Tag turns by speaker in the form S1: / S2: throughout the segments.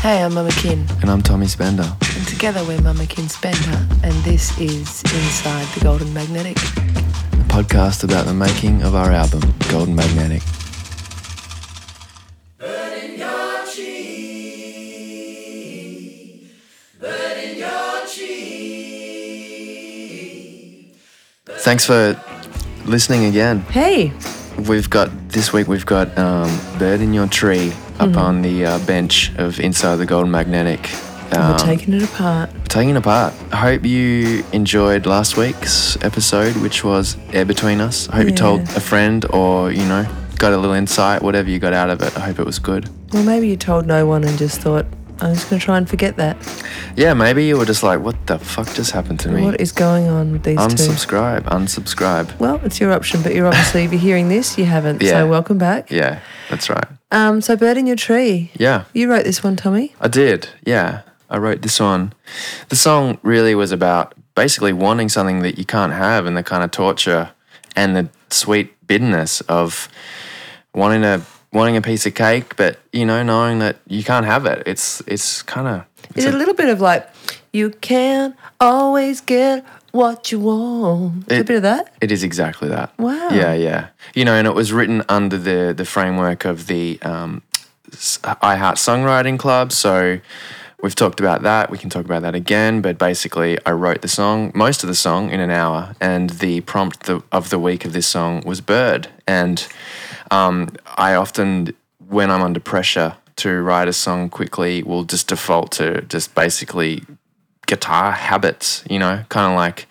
S1: Hey, I'm Mama Kin,
S2: And I'm Tommy Spender.
S1: and together we're Mama Kin Spender, and this is Inside the Golden Magnetic.
S2: a podcast about the making of our album, Golden Magnetic. Thanks for listening again.
S1: Hey,
S2: We've got this week. We've got um, "Bird in Your Tree" up on the uh, bench of Inside the Golden Magnetic. Um,
S1: we're taking it apart.
S2: taking it apart. I hope you enjoyed last week's episode, which was Air Between Us. I hope you told
S1: Yeah.
S2: a friend or, you know, got a little insight, whatever you got out of it. I hope it was good.
S1: Well, maybe you told no one and just thought, I'm just going to try and forget that.
S2: Yeah, maybe you were just like, what the fuck just happened to me?
S1: What is going on with these two?
S2: unsubscribe, unsubscribe.
S1: Well, it's your option, but you're obviously, if you're hearing this, you haven't.
S2: Yeah.
S1: So welcome back.
S2: Yeah, that's right.
S1: Um, so, Bird in Your Tree.
S2: Yeah,
S1: You wrote this one, Tommy.
S2: I did. Yeah, I wrote this one. The song really was about basically wanting something that you can't have and the kind of torture and the sweet bitterness of wanting a wanting a piece of cake, but you know, knowing that you can't have it. It's it's kind of
S1: It's
S2: it's
S1: a,
S2: a,
S1: little bit of like, you can't always get what you want. a
S2: It-
S1: bit of that.
S2: it is exactly that.
S1: Wow.
S2: Yeah, yeah. You know, and it was written under the the framework of the um, s- I Heart Songwriting Club. So we've talked about that. We can talk about that again. But basically, I wrote the song, most of the song, in an hour, and the prompt the, of the week of this song was "Bird." And um, I often, when I'm under pressure to write a song quickly, will just default to just basically guitar habits. You know, kind of like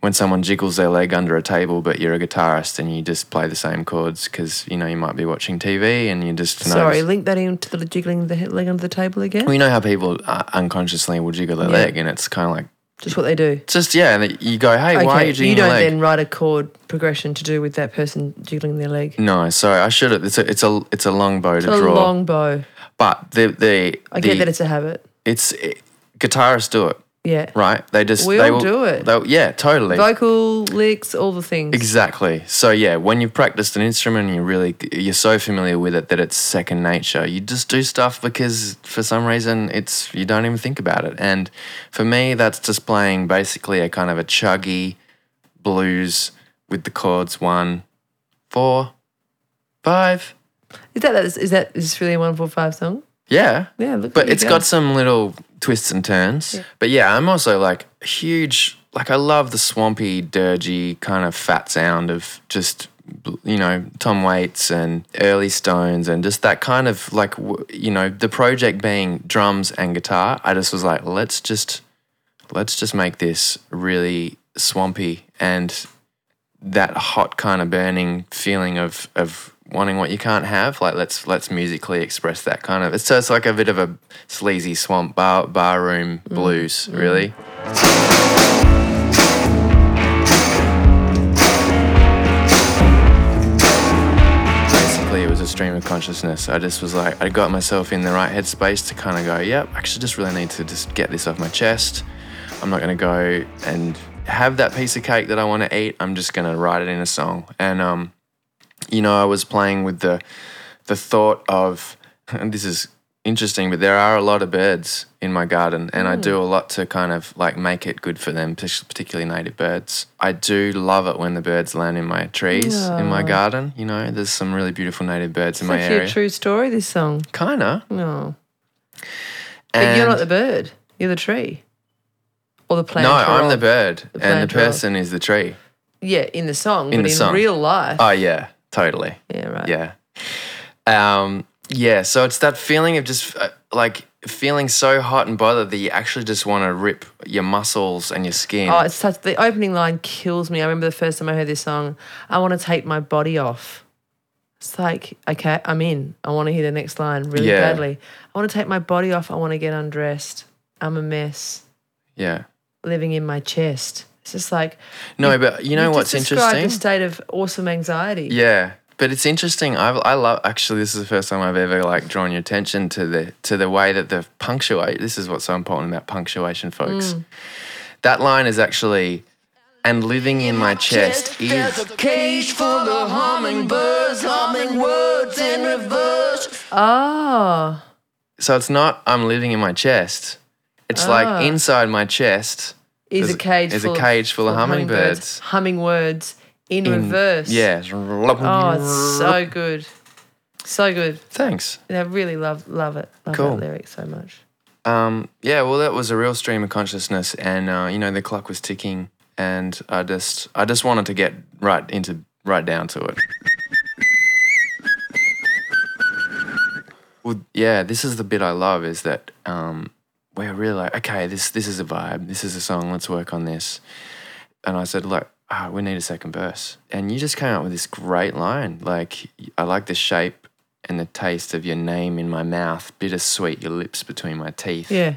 S2: when someone jiggles their leg under a table, but you're a guitarist and you just play the same chords because you know you might be watching TV and you just know.
S1: Sorry, link that into the jiggling of the he- leg under the table again.
S2: We know how people uh, unconsciously will jiggle their
S1: Yeah.
S2: leg, and it's kind of like
S1: Just what they do.
S2: it's just yeah. And you go, hey, why are you jiggling
S1: don't
S2: your leg?
S1: then write a chord progression to do with that person jiggling their leg.
S2: no, so I should. have It's a it's a it's a long bow to
S1: It's a
S2: Mm, draw,
S1: long bow.
S2: but the the
S1: I get
S2: the-
S1: that it's a habit.
S2: it's it, guitarists do it
S1: Yeah.
S2: right. They just
S1: We
S2: they
S1: all
S2: will
S1: do it.
S2: they'll- Yeah, totally.
S1: Vocal licks, all the things.
S2: Exactly. So yeah, when you've practiced an instrument and you really you're so familiar with it that it's second nature. You just do stuff because for some reason it's you don't even think about it. And for me, that's just playing basically a kind of a chuggy blues with the chords one, four, five.
S1: Is that that is, is that is this really a one four five song?
S2: Yeah.
S1: Yeah, look.
S2: But
S1: it's
S2: it's got some little twists and turns. But yeah, I'm also like a huge. Like I love the swampy, dirgy kind of fat sound of just you know Tom Waits and early Stones and just that kind of like w- you know the project being drums and guitar. I just was like, let's just let's just make this really swampy and that hot kind of burning feeling of of wanting what you can't have. Like let's let's musically express that kind of. It's so it's like a bit of a sleazy swamp bar bar room blues, really. Basically, it was a stream of consciousness. I just was like, I got myself in the right headspace to kind of go, yep, I actually just really need to just get this off my chest. I'm not going to go and have that piece of cake that I want to eat. I'm just going to write it in a song. And, um, you know, I was playing with the, the thought of, and this is interesting, but there are a lot of birds in my garden, and I do a
S1: Mm.
S2: lot to kind of like make it good for them, partic- particularly native birds. I do love it when the birds land in my trees in my garden. You know, there's some really beautiful native birds in my
S1: actually
S2: area.
S1: a true story. This song.
S2: Kinda.
S1: No, but you're not the bird. You're the tree, or the plant.
S2: No,
S1: or
S2: I'm the
S1: of-
S2: bird, and
S1: plant
S2: the
S1: or of.
S2: person is the tree.
S1: Yeah, in the song,
S2: In
S1: but
S2: the
S1: in
S2: song.
S1: real life.
S2: Oh yeah, totally.
S1: yeah, right.
S2: Yeah. Um, yeah. So it's that feeling of just uh, like feeling so hot and bothered that you actually just want to rip your muscles and your skin.
S1: Oh, it's such, the opening line kills me. I remember the first time I heard this song. I want to take my body off. It's like, okay, I'm in. I want to hear the next line really
S2: Yeah.
S1: badly. I want to take my body off. I want to get undressed. I'm a mess
S2: yeah.
S1: living in my chest. It's just like
S2: No, but you know what's
S1: just described
S2: interesting?
S1: A state of awesome anxiety.
S2: Yeah, but it's interesting. I've, I love actually. This is the first time I've ever like drawn your attention to the to the way that the punctuate. This is what's so important about punctuation, folks.
S1: Mm.
S2: That line is actually, and living in my chest is
S3: Cage full of hummingbirds, humming words in reverse.
S1: Oh,
S2: so it's not I'm living in my chest. It's
S1: Ah.
S2: like inside my chest
S1: Is a
S2: there's-
S1: cage
S2: is
S1: full
S2: a cage full of hummingbirds.
S1: Humming words in, reverse.
S2: Yeah.
S1: Oh, it's so good. So good.
S2: Thanks.
S1: And I really love love it. Love
S2: Cool.
S1: that lyric so much.
S2: Um, yeah, well, that was a real stream of consciousness, and uh, you know the clock was ticking, and I just I just wanted to get right into right down to it. Well, yeah, this is the bit I love is that um, we're really like, okay, this this is a vibe, this is a song, let's work on this. And I said, look, ah, we need a second verse, and you just came up with this great line, like I like the shape and the taste of your name in my mouth, bittersweet, your lips between my teeth.
S1: Yeah.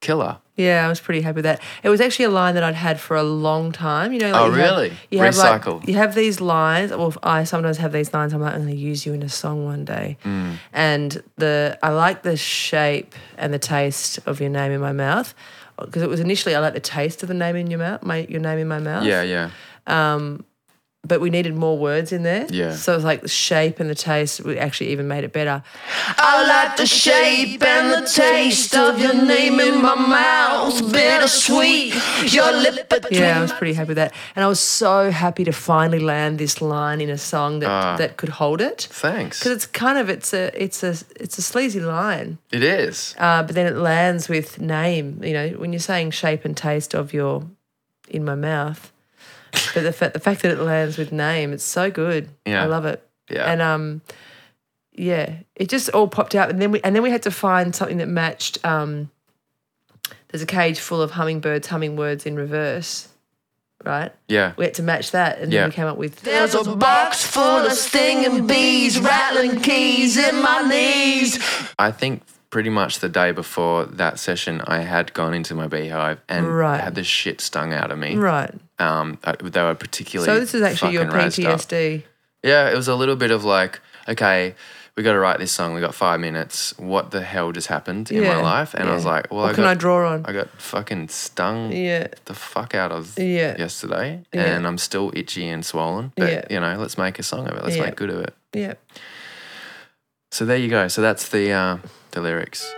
S2: Killer.
S1: Yeah, I was pretty happy with that. It was actually a line that I'd had for a long time. You know, like
S2: Oh,
S1: you have-
S2: really?
S1: you have like-
S2: Recycle.
S1: you have these lines. Well, I sometimes have these lines. I'm like, I'm going to use you in a song one day.
S2: Mm.
S1: And the I like the shape and the taste of your name in my mouth because it was initially I like the taste of the name in your mouth, my your name in my mouth.
S2: Yeah, yeah.
S1: But we needed more words in there.
S2: Yeah.
S1: So it's like the shape and the taste. We actually even made it better.
S3: I like the shape and the taste of your name in my mouth. Bittersweet, your lip between
S1: Yeah, I was pretty happy with that. And I was so happy to finally land this line in a song that,
S3: Ah.
S1: that could hold it.
S2: Thanks.
S1: Because it's kind of it's a it's a it's a sleazy line,
S2: It is.
S1: uh, but then it lands with name. You know, when you're saying shape and taste of your in my mouth, but the fact the fact that it lands with name, it's so good.
S2: Yeah.
S1: I love it.
S2: Yeah.
S1: and um, yeah, it just all popped out, and then we and then we had to find something that matched. Um, there's a cage full of hummingbirds humming words in reverse, right?
S2: Yeah.
S1: We had to match that, and
S2: Yeah.
S1: then we came up with
S3: There's a box full of stinging bees, rattling keys in my knees.
S2: I think pretty much the day before that session, I had gone into my beehive and
S1: Right.
S2: had the shit stung out of me.
S1: right.
S2: Um, I- they were particularly.
S1: So this is actually your
S2: fucking razzed up.
S1: PTSD.
S2: Yeah, it was a little bit of like, okay, we got to write this song. We got five minutes. What the hell just happened in my
S1: Yeah,
S2: life? And I was
S1: yeah.
S2: like, well,
S1: what
S2: I
S1: can
S2: got,
S1: I draw on?
S2: I got fucking stung
S1: yeah,
S2: the fuck out of
S1: Yeah.
S2: yesterday,
S1: Yeah.
S2: and I'm still itchy and swollen. But
S1: Yeah.
S2: you know, let's make a song of it. Let's
S1: Yeah.
S2: make good of it.
S1: yeah.
S2: So there you go. So that's the uh, the lyrics.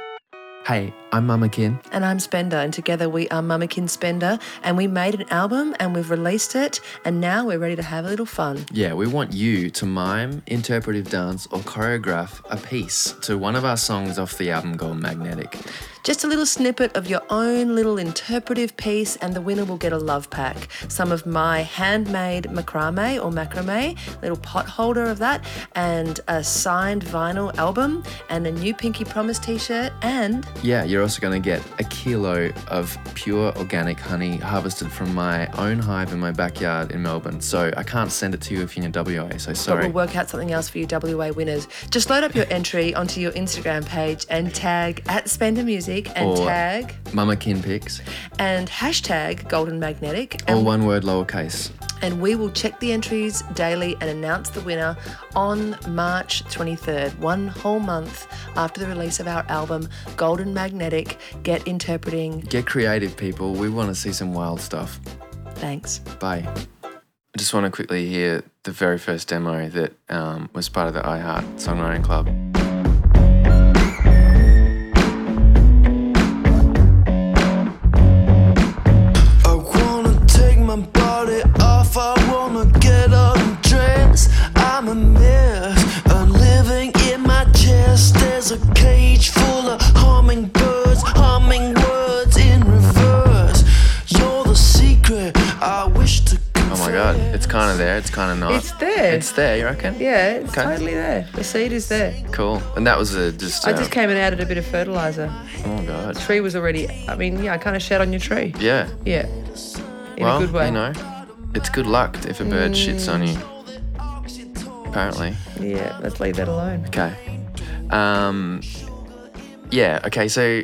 S2: Hey, I'm Mama Kin.
S1: And I'm Spender, and together we are Mummikin Spender, and we made an album and we've released it, and now we're ready to have a little fun.
S2: Yeah, we want you to mime, interpretive dance, or choreograph a piece to one of our songs off the album called Magnetic.
S1: Just a little snippet of your own little interpretive piece, and the winner will get a love pack. Some of my handmade macrame or macrame, little pot holder of that, and a signed vinyl album, and a new Pinky Promise t shirt, and
S2: Yeah, you're also going to get a kilo of pure organic honey harvested from my own hive in my backyard in Melbourne. So I can't send it to you if you're in WA. So
S1: But
S2: sorry.
S1: we'll work out something else for you WA winners. Just load up your entry onto your Instagram page and tag at Spender Music and
S2: Or-
S1: tag
S2: Mama Kin picks.
S1: and hashtag Golden Magnetic
S2: All
S1: and,
S2: one word, lowercase.
S1: and we will check the entries daily and announce the winner on March 23rd, one whole month after the release of our album Golden Magnetic Get Interpreting.
S2: Get creative, people. We want to see some wild stuff.
S1: Thanks.
S2: Bye. I just want to quickly hear the very first demo that um, was part of the iHeart Songwriting Club. Oh
S4: I wanna take my body off, I wanna get undressed. I'm a mess, I'm living in my chest. There's a cage full of hummingbirds, humming words in reverse. You're the secret I wish to
S2: Oh
S4: confess.
S2: my god, it's kind of there. It's kind of not.
S1: It's there.
S2: It's there. You reckon?
S1: Yeah, it's
S2: Okay.
S1: totally there. The seed is there.
S2: Cool. And that was a just.
S1: I
S2: uh,
S1: just came and added a bit of fertilizer.
S2: oh my god.
S1: Tree was already, I mean, yeah, I kind of shat on your tree.
S2: Yeah.
S1: Yeah. In
S2: well,
S1: a good way.
S2: you know, it's good luck if a bird shits on you. Apparently.
S1: Yeah, let's leave that alone.
S2: Okay. Um. Yeah. Okay. So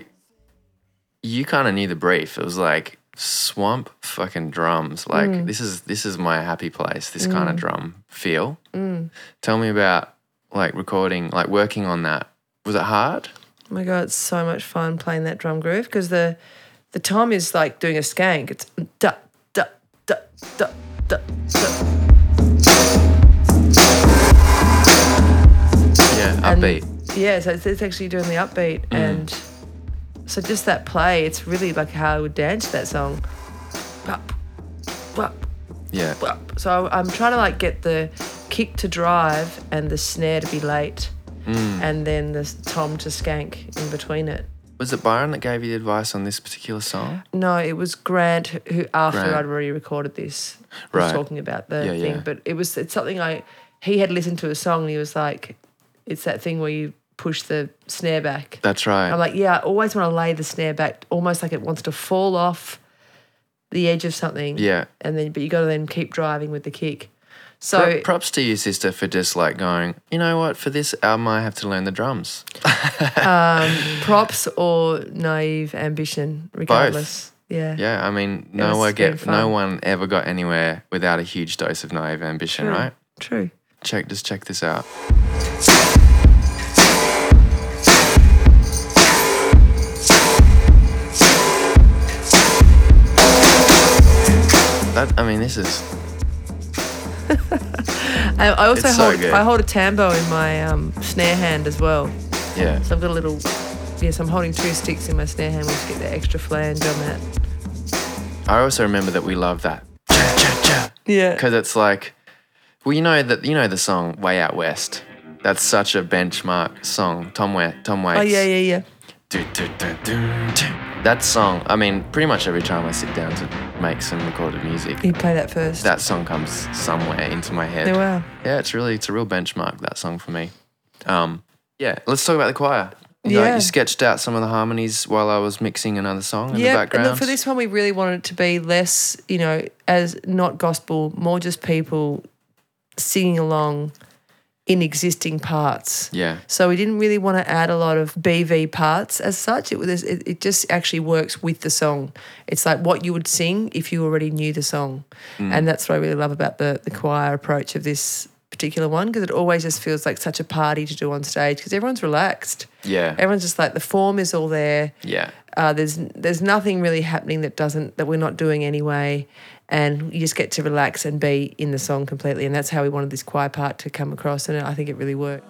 S2: you kind of knew the brief. It was like swamp fucking drums. Like this is this is my happy place. This kind of drum feel. Tell me about like recording, like working on that. Was it hard?
S1: Oh my god, it's so much fun playing that drum groove because the the tom is like doing a skank. It's da da da da da. da.
S2: Yeah,
S1: And
S2: upbeat.
S1: yeah, so it's, it's actually doing the upbeat and so just that play, it's really like how I would dance to that song. Wap, wap,
S2: Yeah.
S1: wap. So I- I'm trying to like get the kick to drive and the snare to be late and then the tom to skank in between it.
S2: Was it Byron that gave you the advice on this particular song?
S1: No, it was Grant who after
S2: Grant.
S1: I'd already recorded this
S2: Right.
S1: was talking about the
S2: Yeah,
S1: thing.
S2: yeah.
S1: But it was it's something I he had listened to a song and he was like, It's that thing where you push the snare back.
S2: That's right.
S1: I'm like, yeah, I always want to lay the snare back almost like it wants to fall off the edge of something.
S2: Yeah.
S1: And then but you gotta then keep driving with the kick. So
S2: Pro- props to you, sister, for just like going, you know what, for this album, I have to learn the drums.
S1: props or naive ambition, regardless. Yeah.
S2: Yeah, I mean,
S1: was
S2: no one
S1: been
S2: get,
S1: fun.
S2: no one ever got anywhere without a huge dose of naive ambition,
S1: Hmm.
S2: right?
S1: True.
S2: Check, just check this out. That I mean, this is
S1: I, I also
S2: It's so
S1: hold
S2: good.
S1: I hold a tambo in my um, snare hand as well.
S2: yeah.
S1: So I've got a little yes, I'm holding two sticks in my snare hand which get the extra flange on that.
S2: I also remember that we love that
S1: Yeah.
S2: because it's like, well, you know that you know the song "Way Out West." That's such a benchmark song. Tom Wa- Tom Waits.
S1: Oh yeah, yeah, yeah.
S2: Do, do, do, do, do. That song, I mean, pretty much every time I sit down to make some recorded music,
S1: You play that first.
S2: that song comes somewhere into my head.
S1: Yeah, wow.
S2: Yeah, it's really, it's a real benchmark, that song for me. Um, yeah, let's talk about the choir. You know,
S1: Yeah.
S2: you sketched out some of the harmonies while I was mixing another song in the
S1: Yeah, and
S2: background.
S1: look, for this one, we really wanted it to be less, you know, as not gospel, more just people singing along in existing parts.
S2: Yeah.
S1: So we didn't really want to add a lot of BV parts as such. It was it, it just actually works with the song. It's like what you would sing if you already knew the song,
S2: Mm.
S1: and that's what I really love about the the choir approach of this particular one because it always just feels like such a party to do on stage because everyone's relaxed.
S2: Yeah.
S1: Everyone's just like the form is all there.
S2: Yeah.
S1: Uh, there's there's nothing really happening that doesn't that we're not doing anyway, and you just get to relax and be in the song completely, and that's how we wanted this choir part to come across, and I think it really worked.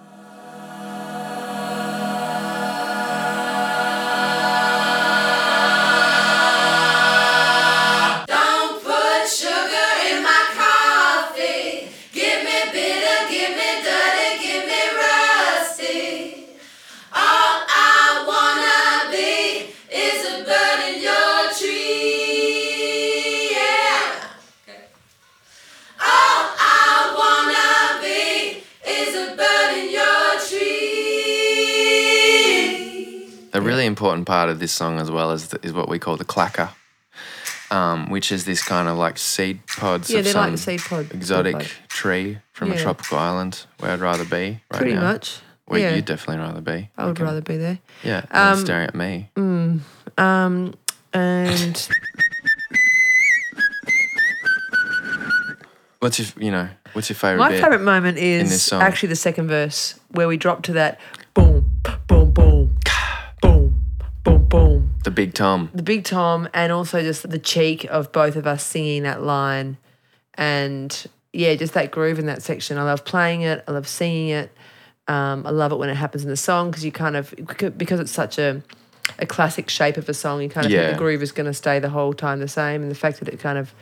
S2: A really important part of this song as well is, the, is what we call the clacker, um, which is this kind of like seed pods
S1: Yeah,
S2: of
S1: they're
S2: some
S1: like seed pod- seed
S2: exotic
S1: pod.
S2: tree from a
S1: Yeah.
S2: tropical island where I'd rather be right
S1: Pretty
S2: now.
S1: much.
S2: Well,
S1: yeah,
S2: you'd definitely rather be.
S1: I would rather be there.
S2: Yeah, um,
S1: Um,
S2: staring at me.
S1: And
S2: What's your, you know, what's your favorite
S1: my
S2: bit?
S1: favorite moment
S2: this
S1: is
S2: song.
S1: actually the second verse where we drop to that boom, boom, boom, boom, boom, boom.
S2: The Big Tom.
S1: the big tom and also just the cheek of both of us singing that line and yeah just that groove in that section i love playing it i love singing it um, i love it when it happens in the song because you kind of because it's such a a classic shape of a song you kind of
S2: Yeah.
S1: think the groove is going to stay the whole time the same and the fact that it kind of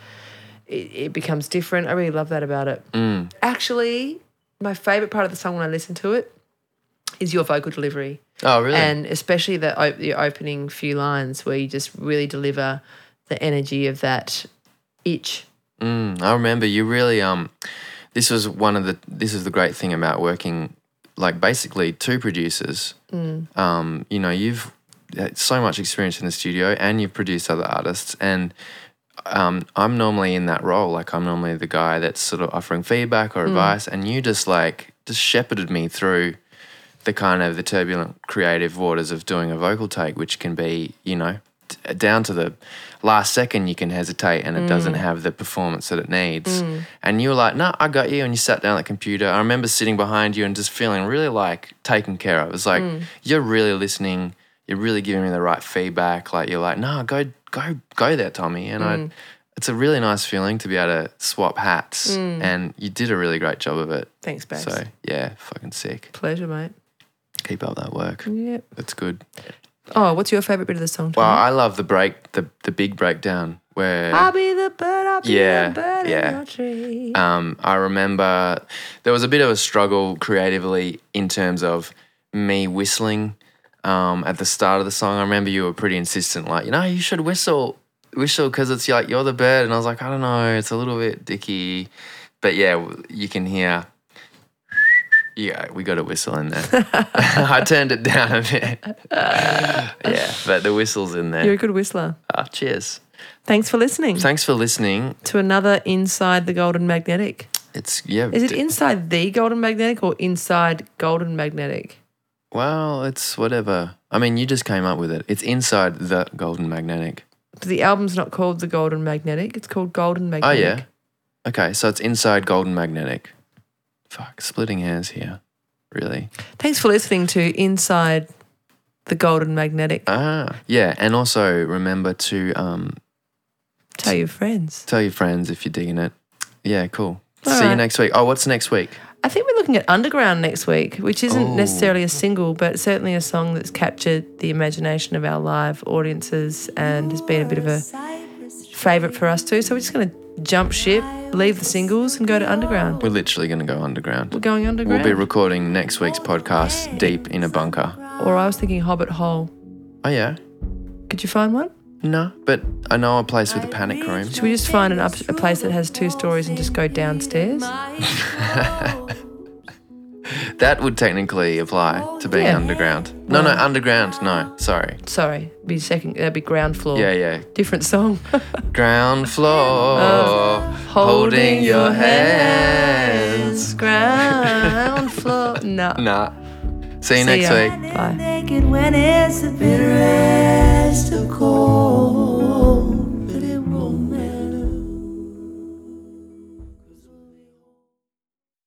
S1: it, it becomes different i really love that about it actually my favorite part of the song when i listen to it is your vocal delivery
S2: Oh, really?
S1: and especially the op- the opening few lines where you just really deliver the energy of that itch.
S2: Mm, I remember you really um this was one of the this is the great thing about working like basically two producers. Um, you know, you've had so much experience in the studio and you've produced other artists and um, I'm normally in that role. Like I'm normally the guy that's sort of offering feedback or advice and you just like just shepherded me through the kind of the turbulent creative waters of doing a vocal take, which can be, you know, t- down to the last second you can hesitate and it doesn't have the performance that it needs. And you were like, no, I got you. And you sat down at the computer. I remember sitting behind you and just feeling really like taken care of. It was like, you're really listening. You're really giving me the right feedback. Like you're like, no, go, go, go there, Tommy. And I, it's a really nice feeling to be able to swap hats. And you did a really great job of it.
S1: Thanks, babes.
S2: So yeah, fucking sick.
S1: Pleasure, mate.
S2: Keep up that work.
S1: Yep.
S2: That's good.
S1: Oh, what's your favorite bit of the song?
S2: Well,
S1: Tommy?
S2: I love the break, the the big breakdown where
S1: I'll be the bird, I'll be
S2: Yeah,
S1: the bird
S2: yeah.
S1: in your tree.
S2: um, I remember there was a bit of a struggle creatively in terms of me whistling um, at the start of the song. I remember you were pretty insistent, like, you know, you should whistle, whistle, because it's like you're the bird. And I was like, I don't know, it's a little bit dicky, but yeah, w- you can hear. Yeah, we got a whistle in there. I turned it down a bit. yeah, but the whistle's in
S1: You're a
S2: there.
S1: good whistler.
S2: Ah, cheers.
S1: Thanks for listening
S2: Thanks for listening.
S1: to another Inside the Golden Magnetic.
S2: It's yeah.
S1: Is it
S2: d-
S1: inside the Golden Magnetic or inside Golden Magnetic?
S2: Well, it's whatever. I mean, you just came up with it. It's inside the golden magnetic.
S1: The album's not called the Golden Magnetic. It's called Golden
S2: Oh
S1: Magnetic.
S2: yeah. Okay, so it's inside golden magnetic. Fuck, splitting hairs here. Really?
S1: Thanks for listening to Inside the Golden Magnetic.
S2: Ah, yeah. And also remember to um,
S1: Tell your friends.
S2: tell your friends if you're digging it. Yeah, cool.
S1: All
S2: See you
S1: right.
S2: next week. Oh, what's next week?
S1: I think we're looking at Underground next week, which isn't
S2: Oh.
S1: necessarily a single, but certainly a song that's captured the imagination of our live audiences and has been a bit of a favourite for us too. So we're just going to jump ship, leave the singles, and go to Underground.
S2: We're literally gonna go underground.
S1: We're going
S2: We'll
S1: Underground.
S2: be recording next week's podcast deep in a bunker.
S1: or I was thinking Hobbit Hole.
S2: Oh yeah.
S1: Could you find one?
S2: No, but I know a place with a panic room.
S1: Should we just find an up, a place that has two stories and just go downstairs?
S2: That would technically apply to being
S1: Yeah.
S2: underground. No, no, underground. No, sorry.
S1: Sorry, be second. That'd be ground floor.
S2: Yeah, yeah.
S1: Different song.
S2: Ground floor, Uh, holding your hands.
S1: Ground floor. No.
S2: Nah. See you next
S1: ya.
S2: week.
S1: Bye.
S5: naked when it's a bitter end.